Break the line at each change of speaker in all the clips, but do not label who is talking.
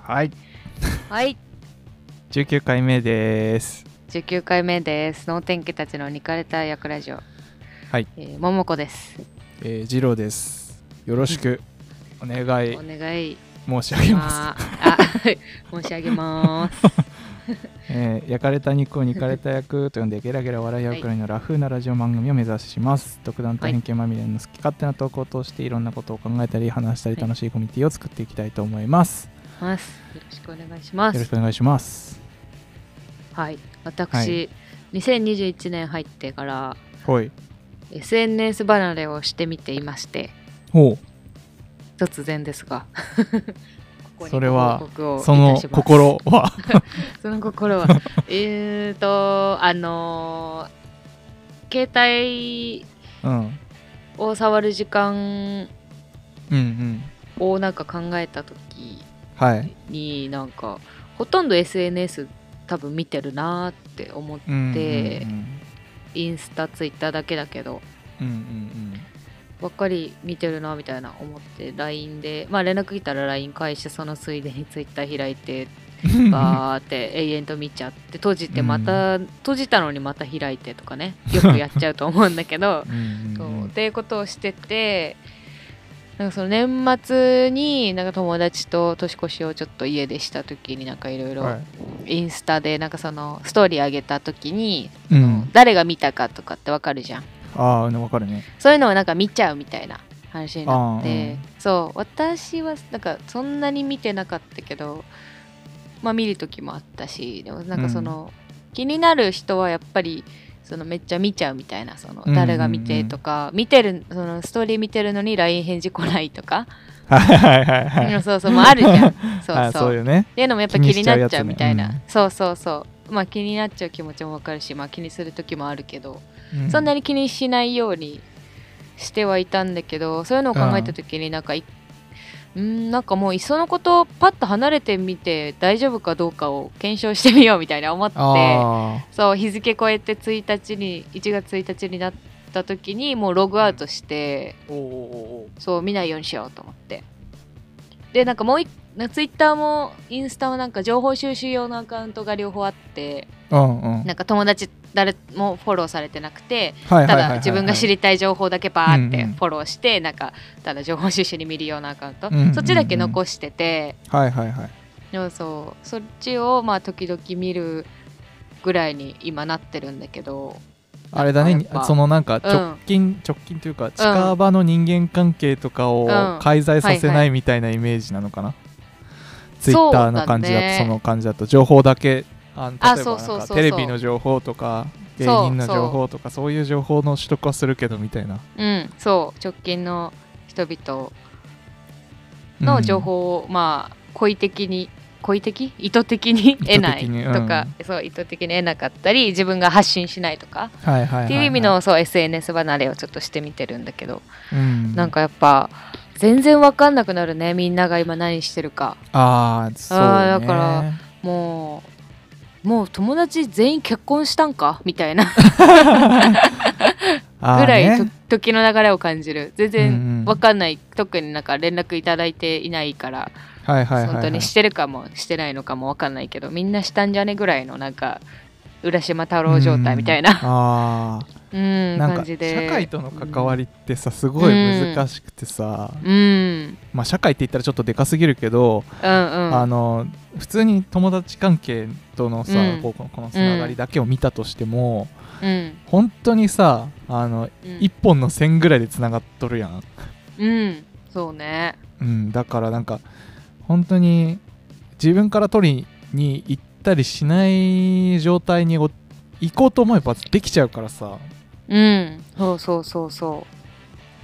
はい
はい
19回目です
19回目です能天気たちのニカれた役ラジオ
はい、
えー、桃子です
えー、ジローですよろしくお願い
お願い
申し上げます、
まああ 申し上げます
えー、焼かれた肉を煮かれた役と呼んでゲラゲラ笑い合うくらいのラフなラジオ番組を目指します、独断と偏見まみれの好き勝手な投稿を通していろんなことを考えたり話したり
はい
楽しいコミュニティを作っていきたいと思います、
ますよろしくお願いしま
よろし
す
くお願いします
はい
は
私、
い
2021年入ってから
ほい
SNS 離れをしてみていまして
ほ
突然で すがここに
それは
ご報告をいうたし
その
ます
心は
その 心はえーとあのー携帯
うんうん
を触る時間
うん
をなんか考えた時
はい
になんかほとんど SNS 多分見てるなーって思っ
うん
で
うん
インスタツイッターだけだけど
うんうん
ばっかり見てるなみたいな思って LINE でまあ連絡来たら LINE 返してそのついでにツイッター開いて
うんうん
バーって永遠と見ちゃって閉じてまた、閉じたのにまた開いてとかねよくやっちゃうと思うんだけど
うん
そううんっていうことをしててなんかその年末になんか友達と年越しをちょっと家でした時になんかいろい
うんは
ろ
い
インスタでなんかそのストーリー上げた時に、
う
あの
ん
誰が見たかとかってわかるじゃん
ああわかるね
そういうのをなんか見ちゃうみたいな話になっ
あーう
て
ん
そう私はなんかそんなに見てなかったけどまあ見る時もあったしでもなんかその、気になる人はやっぱりそのめっちゃ見ちゃうみたいなその
うんうんうん
誰が見てとか、見てるそのストーリー見てるのに LINE 返事来ないとか、
はいはいはいはい
そうそうもうある じゃんそう
あー
そう
そうよね
っていうのもやっぱ気になっちゃうみたいな、
気にし
そうそうそうまあ気になっちゃう気持ちもわかるしまあ気にする時もあるけど、
う
そんなに気にしないようにしてはいたんだけどそういうのを考えた時になんかい、うん、なんかもういっそのことパッと離れてみて大丈夫かどうかを検証してみようみたいな思って
ああ
そう日付超えて1日に1月1日になった時にもうログアウトして、
おお
そう見ないようにしようと思ってでなんかもういなんかツイッターもインスタもなんか情報収集用のアカウントが両方あって
おうんうん
なんか友達誰もフォローされてなくて
はい
ただ自分が知
り
りたい情報だけバーっ
うん
て
うん
フォローしてなんかただ情報収集に見るようなアカウント
うんうんうん
そっちだけ残してて
はいはいはい
でもそうそっちをまあ時々見るぐらいに今なってるんだけど
あれだ
やっ
ね
ぱ
そのなんか
ん
直近、直近というか近場の人間関係とかを
うん
介在させ
はい
な
はい
みたいなイメージなのかな、ツイッ
そうだ
ター
ね
の感じだとその感じだと情報だけあの
あ
例え
そ
ば
うそう
なん
そう
か
そう
テレビの情報とか芸人の情報とかそういう情報の取得はするけどみたいな
うんそう直近の人々
うん
の情報をまあ故意的に故意的意図的に得ない
意図的に
とかそう意図的に得なかったり自分が発信しないとか
はいはいはいはい
っていう意味のそう SNS 離れをちょっとしてみてるんだけど
うん
なんかやっぱ全然わかんなくなるねみんなが今何してるか
ああそうね
あーだからもうもう友達全員結婚したんかみたいな
あー
ぐらいと、
ね
時の流れを感じる
う
全
んうん
然わかんない、特になんか連絡いただいていないから、
はいはいはいはい
本当にしてるかもしてないのかもわかんないけどみんなしたんじゃねぐらいのなんか浦島太郎状態みたいな、
ああ
うん、
なんか
感
社
じで
会との関わりってさすごい難しくてさ、
うん、うん
まあ、社会って言ったらちょっとでかすぎるけど、
うん
あの普通に友達関係とのさ、
うん
こうこのこのつながりだけを見たとしても、
うん
本当にさあの、
うん
一本の線ぐらいでつながっとるやん、
うんそうね
うん、だからなんか本当に自分から取りに行ったりしない状態にお行こうと思えばできちゃうからさ
うんそうそうそうそ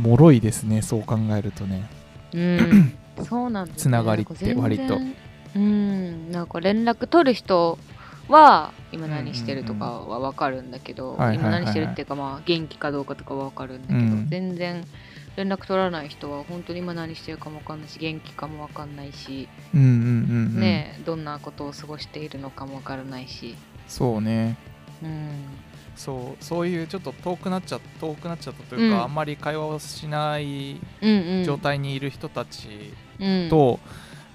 う
脆いですねそう考えるとね
うん、そうなんです、ね、
つながりって割と
なんか全然うんなんか連絡取る人は今何してるとかは分かるんだけど、
うんはいはい
今
はいはい
何してるっていうかまあ元気かどうかとかは分かるんだけど、
うん
全然連絡取らない人は本当に今何してるかも分かんないし元気かも分かんないし、
うんうんうん、うん、
ねえどんなことを過ごしているのかも分からないし、
そうね
うん、
そうそういうちょっと遠くなっちゃ遠くなっちゃったというか、
うん
あんまり会話をしない
うんうん
状態にいる人たち
うん
と、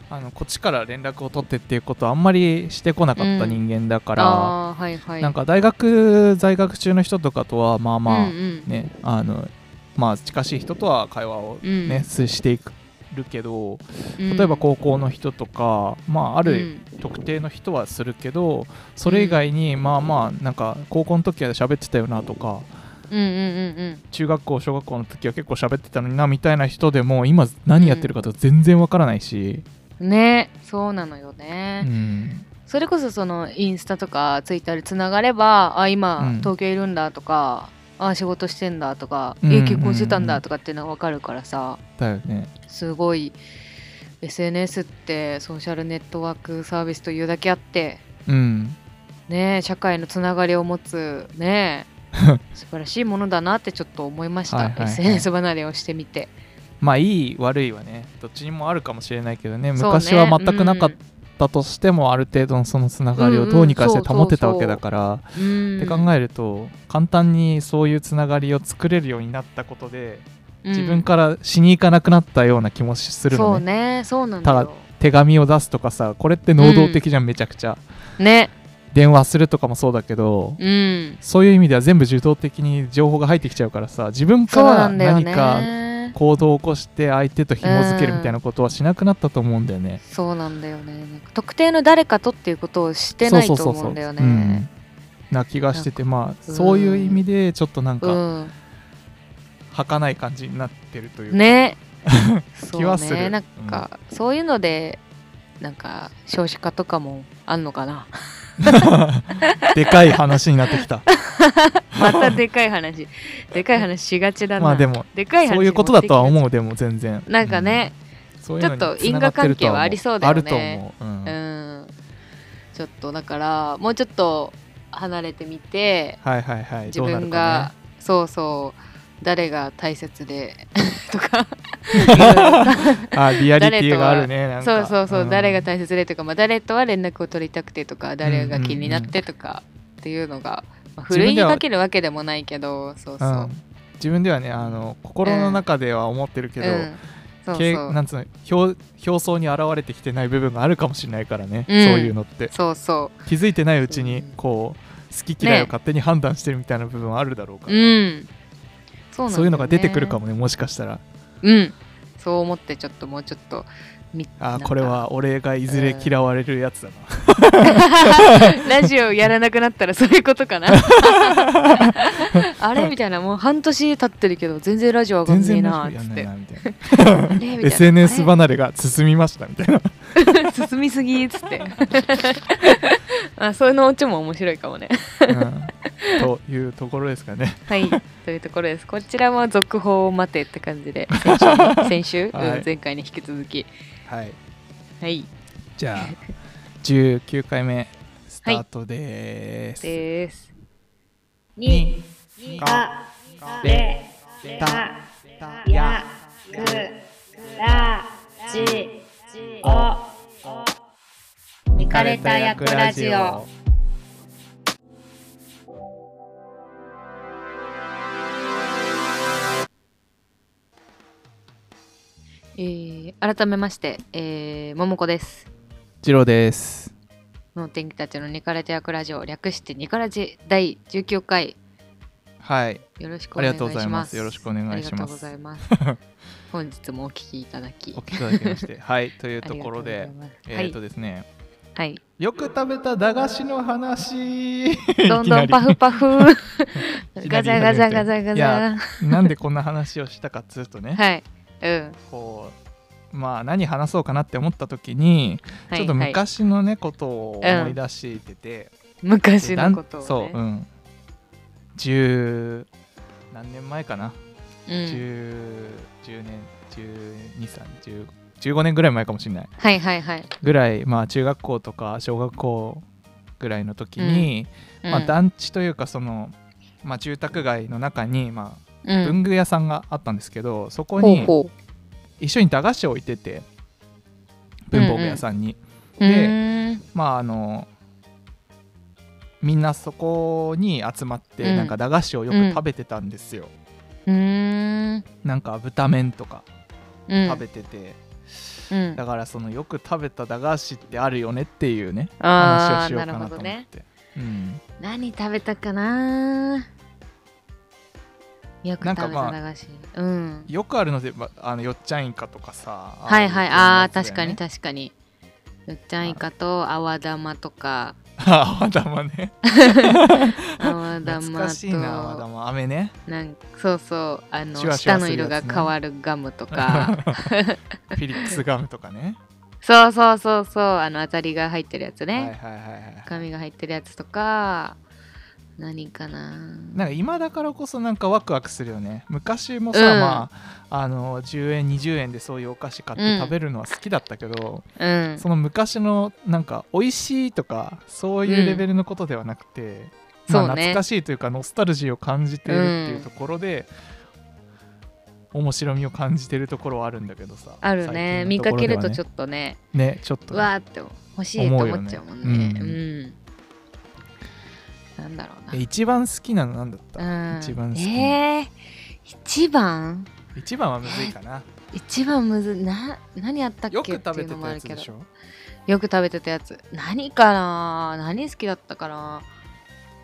あのこっちから連絡を取ってっていうことはあんまりしてこなかった人間だから、
あーはいはい
なんか大学在学中の人とかとはまあまあ
うんうん
ね、あのまあ近しい人とは会話を
うん
ね、すしていくるけど
うん
例えば高校の人とか、まああ
う
る
ん
特定の人はするけどそれ以外にまあまあなんか高校の時は喋ってたよなとか
うんうんうん
中学校小学校の時は結構喋ってたのになみたいな人でも今何やってるかとか全然わからないし、
うんねそうなのよ
う
ね、
ん
それこそそのインスタとかツイッターでつながればあ今
うん
東京いるんだとか、あ仕事してんだとか、
うん
え
うん
結婚してたんだとかっていうのが分かるからさ
だよね
すごい SNS ってソーシャルネットワークサービスというだけあって
うん
ねえ社会のつながりを持つ ねえ素晴らしいものだなってちょっと思いました、
はいはいはい
SNS 離れをしてみて
まあいい悪いはねどっちにもあるかもしれないけどね
そうね
昔は全くなかっ
うん
たとしても、ある程度のそのつながりをどうにかして保ってたわけだから、
うん
って考えると簡単にそういうつながりを作れるようになったことで自分からしに行かなくなったような気もする
そ
の
う
ね
ねそうなんだよ
手紙を出すとかさこれって能動的じゃん、めちゃくちゃ
ね
電話するとかもそうだけど、
うん
そういう意味では全部受動的に情報が入ってきちゃうからさ自分か
そうな
ら
んだよ
何か
ね
行動を起こして相手と紐づけるみたいなことはしなくなったと思うんだよね。
そうなんだよねなんか特定の誰かとっていうことをしてないと思うんだよ
う
ね
んな気がしててまあ
うん
そういう意味でちょっとなん
う
か
ん
儚い感じになってるというか
ね そう
気はする
ねなんか、そういうのでなんか少子化とかもあんのかな
でかい話になってきた。
またでかい話でかい話しがちだな、
まあでも、
でかい話
そういうことだとは
う
思う、でも全然。
なんかね、
うん、そういうのに
ちょっと
繋がてると
因果関係
思
はありそうだ
あ
よね
ると思う。うん
うん、ちょっとだからもうちょっと離れてみて
はいはいはい。
自
どうな
分
る
が、
か
そうそう誰が大切で とか
ね、あリアリティがあるね。なん
そ
か
うそうそう、
ん
誰が大切でとか、まあ、誰とは連絡を取りたくてとか誰が気になってとかっていうのが、まあ、ふるいにかけるわけでもないけどそうそう
う。ん自分ではねあの心の中では思ってるけど、
うんそう
け
そう
なんつうの表表層に現れてきてない部分があるかもしれないからね、
うん
そういうのって
そうそ
気づいてないうち
う
に
ん
こう好き嫌いを
ね
勝手に判断してるみたいな部分はあるだろうか
う
ら、
うんそうなんだよね
そういうのが出てくるかもねもしかしたら
うんそう思ってちょっともうちょっとみな
あー
んか
これは俺がいずれ嫌われるやつだな、
ラジオやらなくなったらそういうことか なあれみたいなもう半年経ってるけど全然ラジオ上がんねえな
ラジオや
ーっ
ん
つ
な
っ
い
て
なみたい
あれみたい
な
な
SNS 離れが進みましたみたいな
進みすぎっつってあそういうのオチも面白いかもね
うんというところですかね
はいというところですこちらも続報を待てって感じで先週 ね先週、
はい
うん前回に引き続き
はい
はい
じゃあ19回目スタートです、
です
に
か
かれたやくらじお
イ
かれた役ラジオ
えー改めまして、えー、桃子です
ジローです
脳天気たちのニカレテ役ラジオ略してニカラジ第19回
はい
よろしくお願い
ありが
します
とうございますよろしくお願いします
ありがとうございます 本日もお聞きいただき
お聞きいただきましてはいという
あ
と
りが
こ
う
ろ
ござい
で
ます
えっ、とですね
はい、
よく食べた駄菓子の話い
はい、どん
き
ど
なんり
パフパ
い
フ
きな
ガ
り
チャガチャガチャガ
い
チ
や
ャ
なんでこんな話をしたかっつうとね、
はいうん
こうまあ何話そうかなって思った時に、
はい
ちょっと
はい、
昔のねことを思い出してて、
昔
で
のことを、ね、
そううん十何年前かな、
うん
十十年十二三十十五年ぐらい前かもしれない
はいはいはい、
ぐらいまあ中学校とか小学校ぐらいの時に、
うん
まあ、団地というかその、まあ、住宅街の中に、ま
う
あ、
ん
文具屋さんがあったんですけど、そこ
ほう
に
ほ
一緒に駄菓子を置いてて文房具屋さんに、
う
で
うーん
まああのみんなそこに集まって、
うん
なんか駄菓子をよく食べてたんですよ、
うーん
なんか豚麺とか
うん
食べてて、
うん
だからそのよく食べた駄菓子ってあるよねっていうね話を
あ
し
ー
よう
な
か
る
なと
ほど
思っ
ね
て、うん、
何食べたかなよく
なん
食べ
か
た
まあ
駄菓子、うん
よくあるので、まあのよっちゃんイカとかさ
はいはいあ
あ
あー確かに
か
確かによっちゃんイカと泡玉と か
に泡玉ね
泡玉と
懐かしいな泡玉飴ね
なんそうそうあの
シュワシュ
舌
ワする
の
や
色
つね
が変わるガム とか
フィリックスガムとかね
そうそうそうそうあの当たりが入ってるやつ ね、
はいはいはいはい
紙が入ってるやつとか何かな
なんか今だからこそなんかワクワクするよね昔もさ、
うん
まあ、あの10円20円でそういうお菓子買って食べるのは好きだったけど、
うん
その昔のなんか美味しいとかそういうレベルのことではなくて、まあ
そうね
懐かしいというかノスタルジーを感じているっていうところで、面白みを感じてるところはあるんだけどさ
あるね見かけるとちょ
っ
っとね
とねちょっと
う
ね
わーって欲しいと思っちゃうもん
思う
ね
よね
う、
うんん
なんだろうな
え一番好きなのなんだった、
うん、
一番好きなの、
えー、一番
一番はむずいかな、
一番むずな何やったっけ
よく食べ
っていう
て
のも
た
あ
や
る
つ
け
で
ど
しょ
よく食べてたやつ何かな何好きだったかな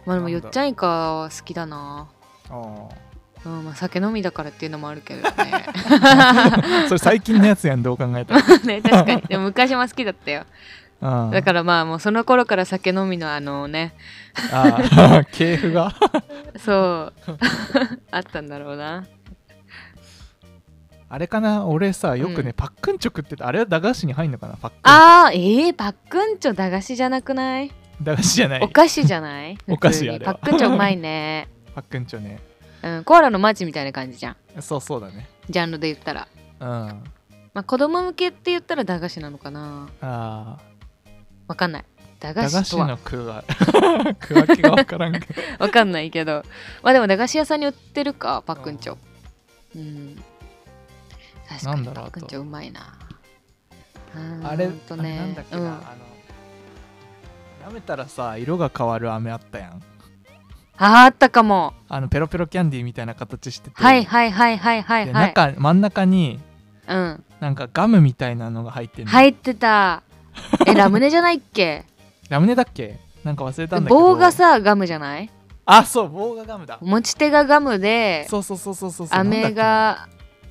まあでも
な
よ
んだ
っちゃんイカは好きだな
あ
うんまあ酒飲みだからっていうのもあるけどね
あ それ最近のやつやんどう考え たら
ね確かにでも昔も好きだったよ
あ
だかららまあもうその頃から酒飲みのあのね
ああ系譜が
そう あったんだろうな
あれかな俺さよくね、
うん
パックンチョクってあれは駄菓子に入んのかなパックン
あーえー、パックンチョ駄菓子じゃなくない
駄菓子じゃない
お菓子じゃない
お菓子
普通に
あれ
パ
は
ックンチョうまいね、
パックンチョね
うん、コーラのマッチみたいな感じじゃん
そうそうだね
ジャンルで言ったら
うんあ
まあ子供向けって言ったら駄菓子なのかな
あ
わかんない駄
駄
菓
菓
子
子
とは
の区が 区分けが分からんけど
わかんないけどまあでも駄菓子屋さんに売ってるかパックンチョうん確か
なん
に
だ
パ
ろう
ックンチョうまいなー
あれ
ほんと
あれなんだ
ね
っけ
う
な、
ん
あの舐めたらさ色が変わる飴あったやん
ああったかも
あのペロペロキャンディーみたいな形してて、
はいはいはいはいはい
で
はい
中真ん中に
うん
なんかガムみたいなのが入ってる、
入ってた えラムネじゃないっけ
ラムネだっけなんか忘れたんだけど
棒がさガムじゃない
あそう棒がガムだ
持ち手がガムで
そうそうそうそうそうそう
飴が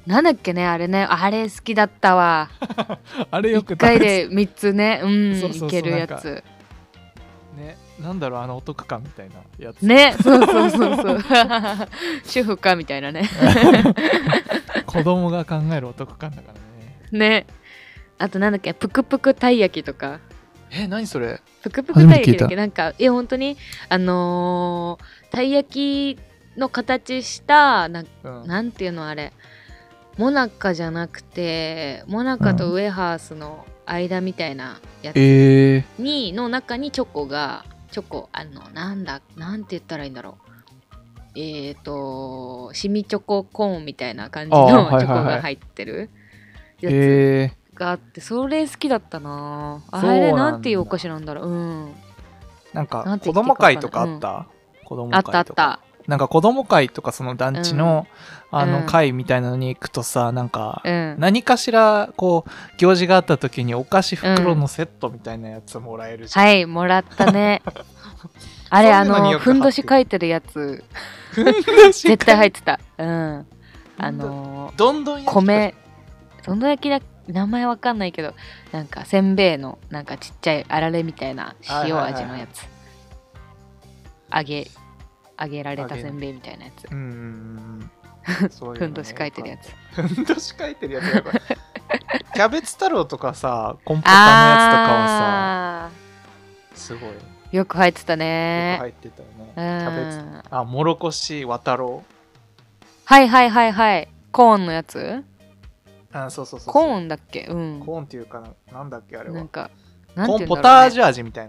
なんだっけねあれねあれ好きだったわ
なんだっけなあれよく
1
食べ
回
て
で3つねうん
そうそうそう
いけるや
なん
つ
ねなんだろうあのお得感みたいなやつ、
ねそうそうそうそう 主婦かみたいなね
子供が考えるお得感だからね
ねあとなんだっけぷくぷくたい焼きとか
え何それ
ぷくぷくたい焼きだっ
初めて聞
け
い
なんかえ本当にあのーたい焼きの形したなん
うん
なんていうのあれモナカじゃなくてモナカとウェハースの間みたいなやつ
えー、
に、の中にチョコがチョコあのなんだなんて言ったらいいんだろうえー、とシミチョココーンみたいな感じの
あーはいはいはい
チョコが入ってるやつ
え
があってそれ好きだったなあ
そうなんだ
れなんていうお菓子なんだろううん
ー、なん
な
か
ん
子
て言ってい
供
いか分かんない
会とかあった、子供会
あっ
と
た
か
あった
なんか子供会とかその団地の、あ
うん
の会みたいなのに行くとさなんか、
うん
何かしらこう行事があった時にお菓子袋のセットみたいなやつもらえるじゃん、
はいもらっ たねあ
そ
れ
うい
あ
うのに
の
よく
ふんど
貼っ
し
て
書いてるやつ
絶
絶対入ってた。うん。あの
どんどん
ー、
焼きとか
米、どんどん焼きだ、名前わかんないけど、なんかせんべいの、なんかちっちゃいあられみたいな塩味のやつ。揚げ、揚げられ
揚
た
げ
せんべいみたいなやつ。
うんうんうんそういうのね
ふんどし書いてるやつ。
ふんどし書いてるやつや ばいキャベツ太郎とかさコンポタ
あ
のやつとかはさすごいよく
ー、よく入ってたね。
入ってたよね、
う
キャベツ
ん。
あもろこし渡ろう
はいはいはいはい。コーンのやつ
あそうそうそうそう
コーンだっけうん。
コーンっていうかななんだっけあれは、
なんか、なんて
コー
い
ン
うん
ポ
だ
タ
ろう
ー
ね
ジュ味みたい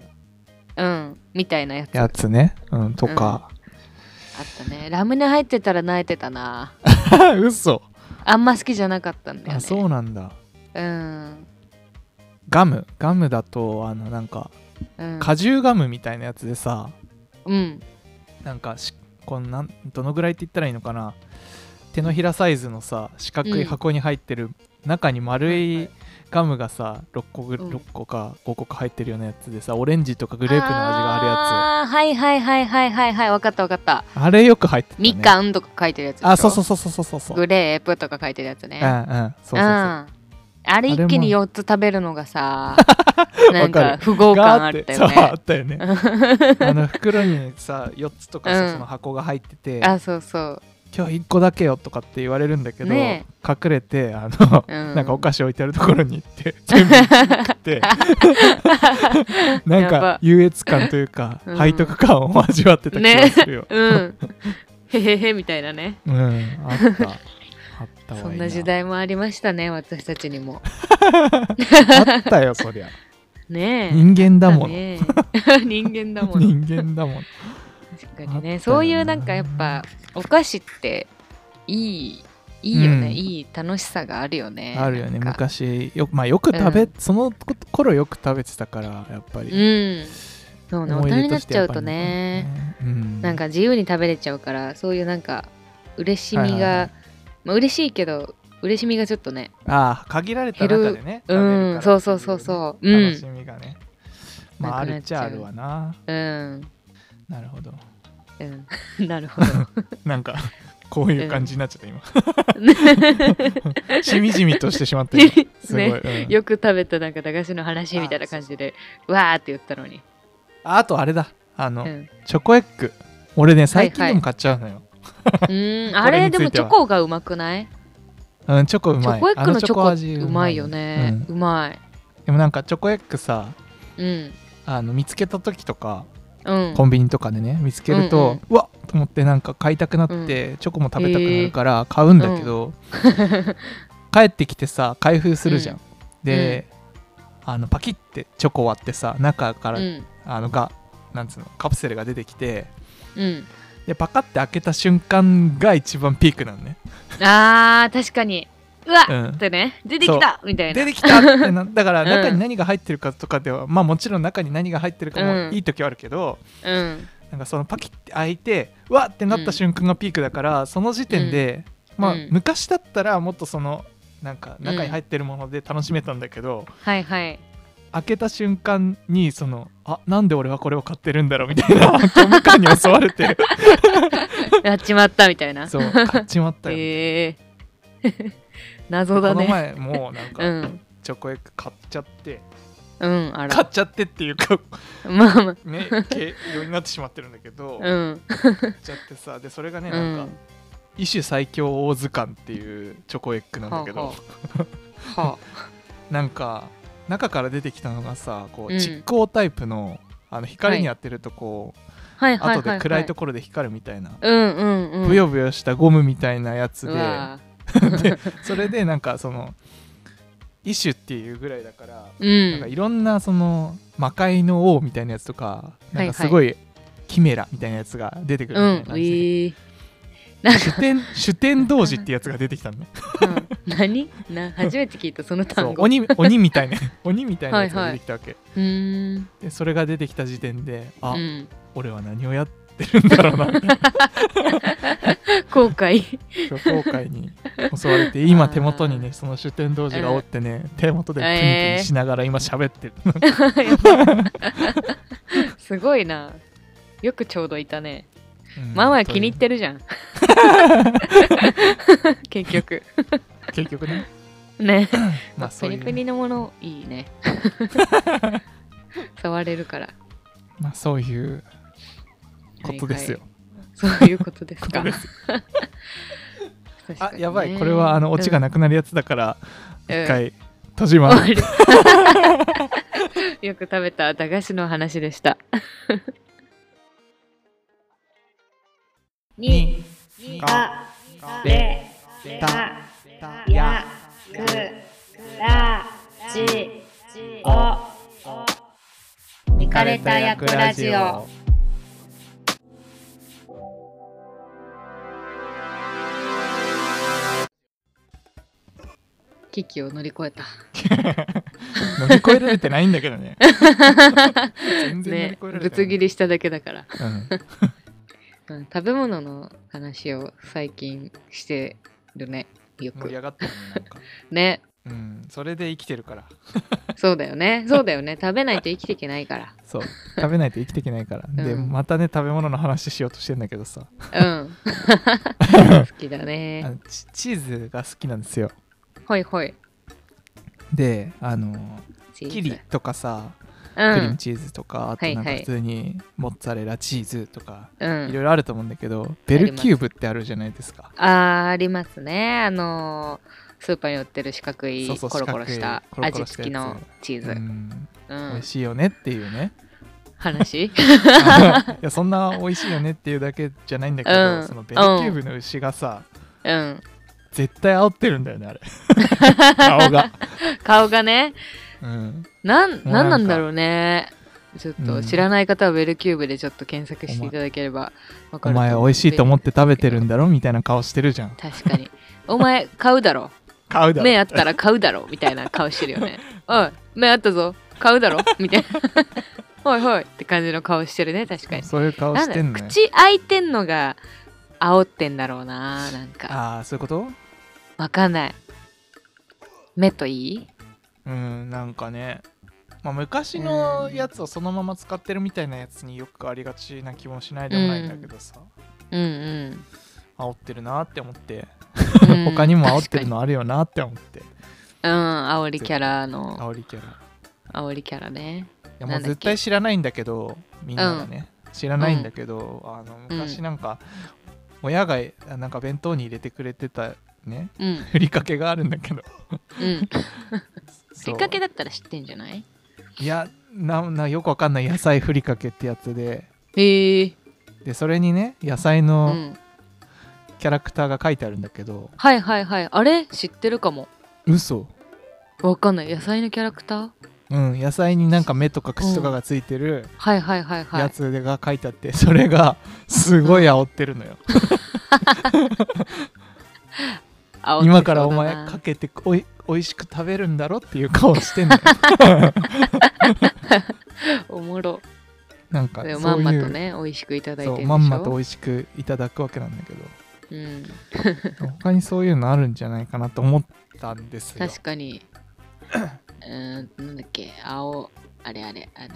な
うん。みたいなやつ。
やつねうんとか、
あったね。ラムネ入ってたら泣いてたな。
嘘
あんま好きじゃなかったんだよね。
あそうなんだ
うん。
ガムガムだとあのなんか
うん。
果汁ガムみたいなやつでさ
うん。
なんかしこんなんどのぐらいって言ったらいいのかな手のひらサイズのさ四角い箱に入ってる、中に丸いガムがさ6個ぐ、
うん
六個か5個か入ってるようなやつでさオレンジとかグレープの味があるや
あーはいはいはいはいはいはい分かった分かった
つあれよく入ってた、ね、
みかんとか書いてるやつでしょ
あそうそうそうそうそうそう
グレープとか書いてるやつね
うんうんそうそうそう
うんあれ一気に
あれ
4つ食べるのがさなん
わか
か
る
不合感あった
ガーっ
よ
てそうあ
ね
ったよ ねあの袋にさ4つとかさ、
うん
その箱が入ってて
あそうそう
今日1個だけよとかって言われるんだけど、
ね
隠れてあの、
うん
なんかお菓子置いてあるところに行って全部食って なん
や
か
ば
優越感というか、
うん
背徳感を味わってた気がするよ、
うんへへへみたいな ね
うん あったあったわ
そんな時代もありましたね私たちにも
あったよそりゃ
ねえ
人間だもの、
ね え人間だもの
人間だもの
確か
あった
に
よな
ねそういうなんかやっぱお菓子っていいいいよね、
うん
いい楽しさがあるよね
あるよね
なんか
昔よ,、まあ、よく食べ、
うん
その頃よく食べてたからやっぱり、
うんそうね大
思い
人
出
になっ
して
ちゃ
や
う
ぱ
とね
残るよね、うん、
なんか自由に食べれちゃうからそういうなんか嬉しみ
は
が、
いはいはい
まあ嬉しいけど嬉しみがちょっとね
ああ限られた中でね食
うん
べるからっていね
そうそうそうそううん
楽しみがねまああ
なく
る
な
っ
っ
ち
ち
ゃ
ゃう
あるわな
うん
なるほ ど
うん なるほど
なんかこういう感じになっちゃった今、しみじみとしてしまった 今すごい、
ね
うん
よく食べたなんか駄菓子の話みたいな感じでわーって言ったのに、
ああとあれだあ
う
の、
ん、
チョコエッグ俺ね最近でも買っちゃうのよ、
うんあれでもチョコがうまくない
うん、チョコう
チ
まい
ョコエッグのチョコ
あ味
うまいよね、
う
うまい
んでもなんかチョコエッグさ
うん
あの見つけた時とか
うん
コンビニとかでね見つけると、う
うんうん
わっと思ってなんか買いたくなって、チョコも食べたくなるから買うんだけど、 帰ってきてさ開封するじゃん、
う
で、あのパキってチョコ割ってさ中から、
うん
あのがなんつうのカプセルが出てきて
うん
でパカって開けた瞬間が一番ピークなのね
あー確かにうわ、
うん
ってね出てきたみたい
出
な
てきたって なだから
うん
中に何が入ってるかとかでは、まあもちろん中に何が入ってるかも
うん
いい時はあるけど、
うん
なんかそのパキって開いてわってなった瞬間がピークだから、その時点で、
うん
まあ
うん
昔だったらもっとそのなんか中に入ってるもので楽しめたんだけど、
はいはい
開けた瞬間にそのあなんで俺はこれを買ってるんだろうみたいな 虚無感に襲われ て
やっちまったみたいな
そう買っちまったよ、
えー謎だ
この
ね
前もうなん
う
か
ん
チョコエッグ買っちゃって、
うん
買
あ
っ
ら
ちゃってっていうか
まあまあ
ね形容になってしまってるんだけど、
うん
っちゃってさでそれがね
う
なんか、
ん
一種最強大図鑑っていうチョコエッグなんだけど、
はあは
なんか中から出てきたのがさこう
うん
蓄光タイプの,、あの光に当てるとこう、
あはいはいはい、はい、
後で暗いところで光るみたいな、
うんうんうん
ブヨブヨしたゴムみたいなやつ
う
で
わ
でそれでなんかその一種っていうぐらいだから、
う
なんか
ん
いろんなその魔界の王みたいなやつとかなんかすごい、キメラみたいなやつが出てくる
う
み
ん
たいな
う
感じで
いなんか
主典主典同時ってやつが出てきたのね
うん何な初めて聞いたその
そ
単
う
語
鬼鬼みたいな鬼みたいなやつが出てきたわけ、
うーん
でそれが出てきた時点であ、
うん、
俺は何をやってるんだろうな
後悔
後悔に襲わ れて今
あー
手元にねその主典同時がおってね、手元でプニプニしながら今喋ってる、
すごいなよくちょうどいたね
うん
ママ気に入ってるじゃん結局
という結局ね
ね
ま
ま
あ
あ
そう
プ
い
ニ
う
プニのものい いね触れるから
まあそういうことですよ、
そういうことですか確かに
あ
ね
やばいこれはあのオチがなくなるやつだから
うん
一回閉じます、
終わりよく食べた駄菓子の話でした
にか
か
れたやくらじお見かれた役ラジオ
危機を乗り越えた
乗り越えられてないんだけど ね全然乗り
ね
越えられてない、
ぶつ切りしただけだから、
うん
うん、食べ物の話を最近してるねよ
盛り
く
上がってるねなんか
ね
うん、それで生きてるから
そうだよねそうだよね食べないと生きていけないか
そう食べないと生きていけないから、で
うん
またね食べ物の話しようとしてんだけどさ
らうん 好きだ
あ
ね
のチチーズが好きなんですよ
ほいほい
であの
チーズ
キリとかさ
う
クリーム
ん
チーズとか、あと
はい
なんか
はい
普通にモッツァレラチーズとか、
う
い
ん
ろいろあると思うんだけどベルキューブってあるじゃないですか
あーありますねあのースーパーに売ってる四角い
そうそう
コロコロした
四角いコロコ
味
ロしたやつ
付きのチー
う
ズ、
ん、
う
美
ん
味、しいよねっていう ね
話
いやそんな美味しいよねっていうだけじゃないんだけど、
うん
そのベルキューブの牛がさ、
うん
絶対煽ってるんだよねあれ 顔が、
顔がね
うん、
なん
もう
なん
な
なん
か
んだろうねちょっ
う
と
ん
知らない方はベルキューブでちょっと検索していただければわか
お
ると
前
思う
美味しいと思って食べてるんだろみたいな顔してるじゃん
確かにお前買うだろ
買うだろ
目あったら買うだろみたいな顔してるよ ねおい目あったぞ買うだろみたいな おいおいって感じの顔してるね確かに
そういう顔
な
し
んだ
て
ろ
ん
う
のよ
口開いてんのが煽ってんだろうななんか
ああそういうこと
わかんない目といい
うんなんかね、まあ、昔のやつをそのまま使ってるみたいなやつによくありがちな気もしないでもないんだけどさ、
うんうん
煽ってるなって思って、
うん
他にも煽ってるのあるよなって思って
うん煽りキャラの
煽りキャラ
煽りキャラね
いやも
な
うん
だっけ
絶対知らないんだけどみんながね、知らないんだけど、あの昔なんか、親がなんか弁当に入れてくれてたね
うん
ふりかけがあるんだけど
うん
そ
ふ
う
りかけだったら知ってんじゃない
いやななよくわかんない野菜ふりかけってやつで
へえ
でそれにね野菜
う
の
ん
キャラクターが書いてあるんだけど、
はいはいはいあれ知ってるかも
嘘
わかんない野菜のキャラクター
うん野菜になんか目とか口とかがついてる
はいはいはいはい
やつが書いてあって、それがすごい煽ってるのよ、
煽ってそうだな
今からお前かけておいおいしく食べるんだろっていう顔してんのよ
おもろ
なんか
でも
そ
ま
うんいう
まとね美味しくいただいて
そ
るんで
う
しょ
まんまと美味しくいただくわけなんだ けど
うん、
他にそういうのあるんじゃないかなと思ったんですよ
確かにうーんなんだっけ青あれあれあの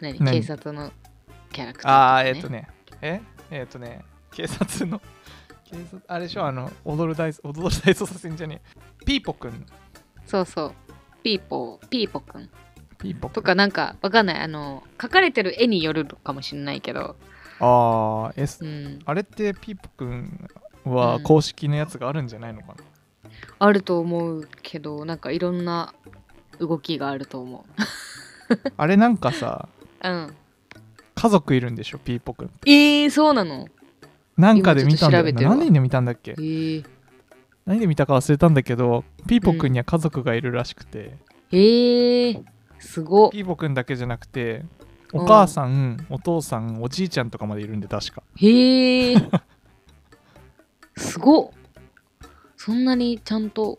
何
何
警察のキャラクター、
ああーえっ、とねええっ、とね警察の警察あれでしょあの踊る大捜踊る大捜査線じゃねえピーポくん
そうそうピーポーピーポくん
ピーポくん
とかなんかわかんないあの描かれてる絵によるのかもしれないけど
ああ、えす
うん
あれってピーポくん
う
は
ん
公式のやつがあるんじゃないのかな、
あると思うけどなんかいろんな動きがあると思う
あれなんかさ
うん
家族いるんでしょピーポくん
えー、そうなの
なんかで見たんだよな
今ちょっと調べてるわ
何で見たんだっけ
えー、
何で見たか忘れたんだけどピーポくんには家族がいるらしくて、
えー、すごっ
ピーポくんだけじゃなくてお母さん、お父さんおじいちゃんとかまでいるんで確か
へえ。 すごっそんなにちゃんと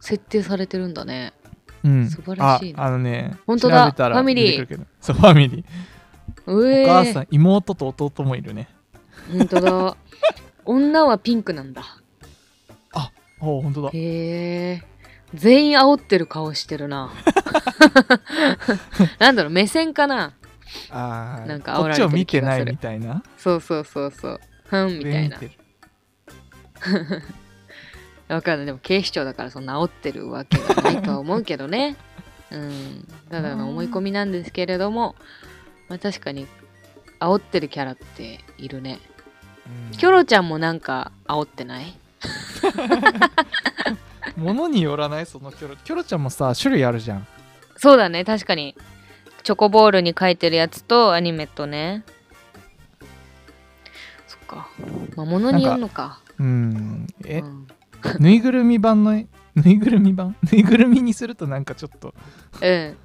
設定されてるんだね。
うん
素晴らしいな
ああのね
本当だ
調べたら
ファミリー
出てくるけどそうファミリー、
うえー、
お母さん妹と弟もいるね
ほんとだ。女はピンクなんだ。
おお本当だ
へえ。全員煽ってる顔して るな。なんだろう、目線かな
あー
なんか煽
こ
ら
っち
れて
を
る
見
気
て
が
な
す
い
る
みたいな
そうそうそうそう。ふんみたいな
上見。てる
わかんない。でも警視庁だからそんな煽ってるわけがないとは思うけ どね。うん。ただの思い込みなんですけれども、まあ確かに煽ってるキャラっているね。
うん
キョロちゃんもなんか煽ってない
ものによらないそのキョロキョロちゃんもさ種類あるじゃん
そうだね、確かに。チョコボールに書いてるやつとアニメとね。そっか。まあ、ものによるのか。
うんえ
うん
ぬいぐるみ版のぬいぐるみ版 ぬいぐるみにするとなんかちょっと
うん。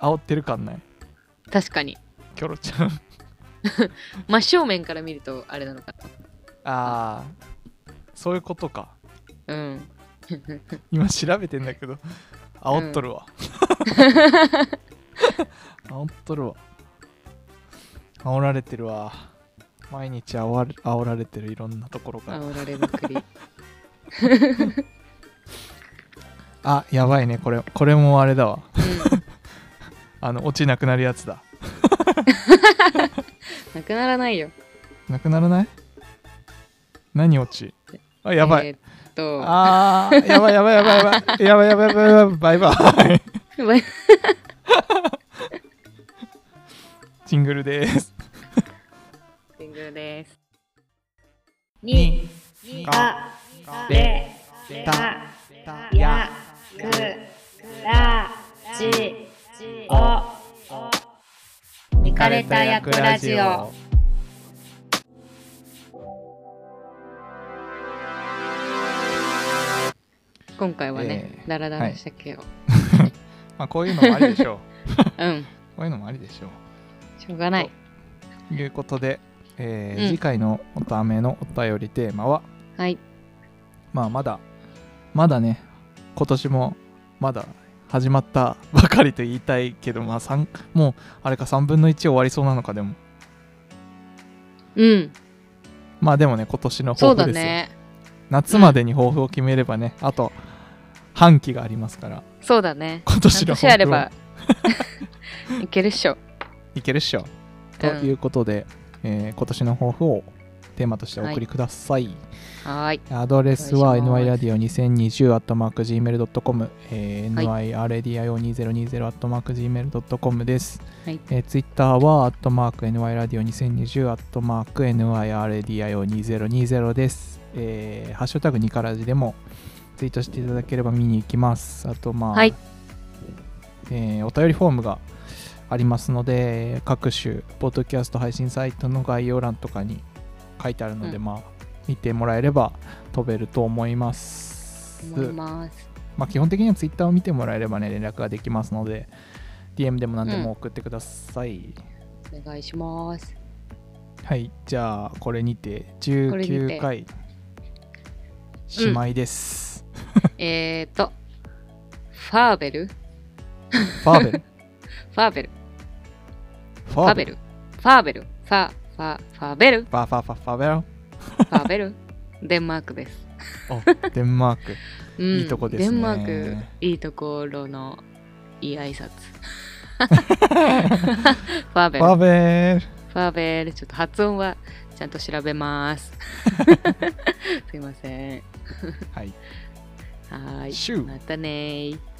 煽ってる感ない
確かに。
キョロちゃん
真正面から見るとあれなのか
あーそういうことか
な。 うん。
今調べてんだけど煽っとるわ、煽っとるわ煽られてるわ毎日煽われ煽られてるいろんなところから
煽られまくり。
あやばいねこれこれもあれだわ
うん
あの落ちなくなるやつだ
なくならないよ。
なくならない何落ちあやばい、
えーっと、
あーやばいやばいやばいやばいやばいやばいやばいやばいバイバイジングルです
シングルです。
に、
か
か、
れ
れ、
た
た、
や
や、く、ら、じ、お、見かれた役ラジオ。
今回はね
え、ー
ダラダラしたけど、
まあこういうのもありでしょう
うん、
こういうのもありでしょう
しょうがない。
ということで、えー
うん
次回のおためのお便りテーマは、
はい、
まあ、まだまだね今年もまだ始まったばかりと言いたいけど、まあ、三もうあれか3分の1終わりそうなのかでも
うん、
まあでもね今年の
そ
抱
うだ
負ですよ、
ね。
夏までに抱負を決めればね、あと半期がありますから
そうだね。
今年の
私あれ
抱負
ば
を
いけるっ しょ。
いけるっしょ、
うん
ということで、えー今年の抱負をテーマとしてお送りください
はーい。
アドレスは
お願いします
nyradio2020-gmail.com、えー
は
nyradio2020-gmail.com です、
はい
えー、Twitter は nyradio2020-nyradio2020 です、えーハッシュタグニカラジでもツイートしていただければ見に行きますあとまあ、
はい
えーお便りフォームがありますので各種ポッドキャスト配信サイトの概要欄とかに書いてあるので、
うん
まあ見てもらえれば飛べると思います。
思います。
まあ、基本的にはツイッターを見てもらえればね連絡ができますので DM でも何でも送ってください。
お願いし ます。
はいじゃあこれにて
これに
19
て
回しまいです。
えーっと、ファーベルフ
ファーベル
ァーベル
フ
ファーベルファーベルファー、ファー、ファー ベル
ファーファーファーファーベル
ファーベルデンマークです。
おデンマーク
うん
いいとこですね
デンマーク、いいところのいい挨 拶。
フ
ファーベル
ァーベル
ファーベル、ちょっと発音はちゃんと調べます。 すいません。
はい
はーい。
シュー
またねー。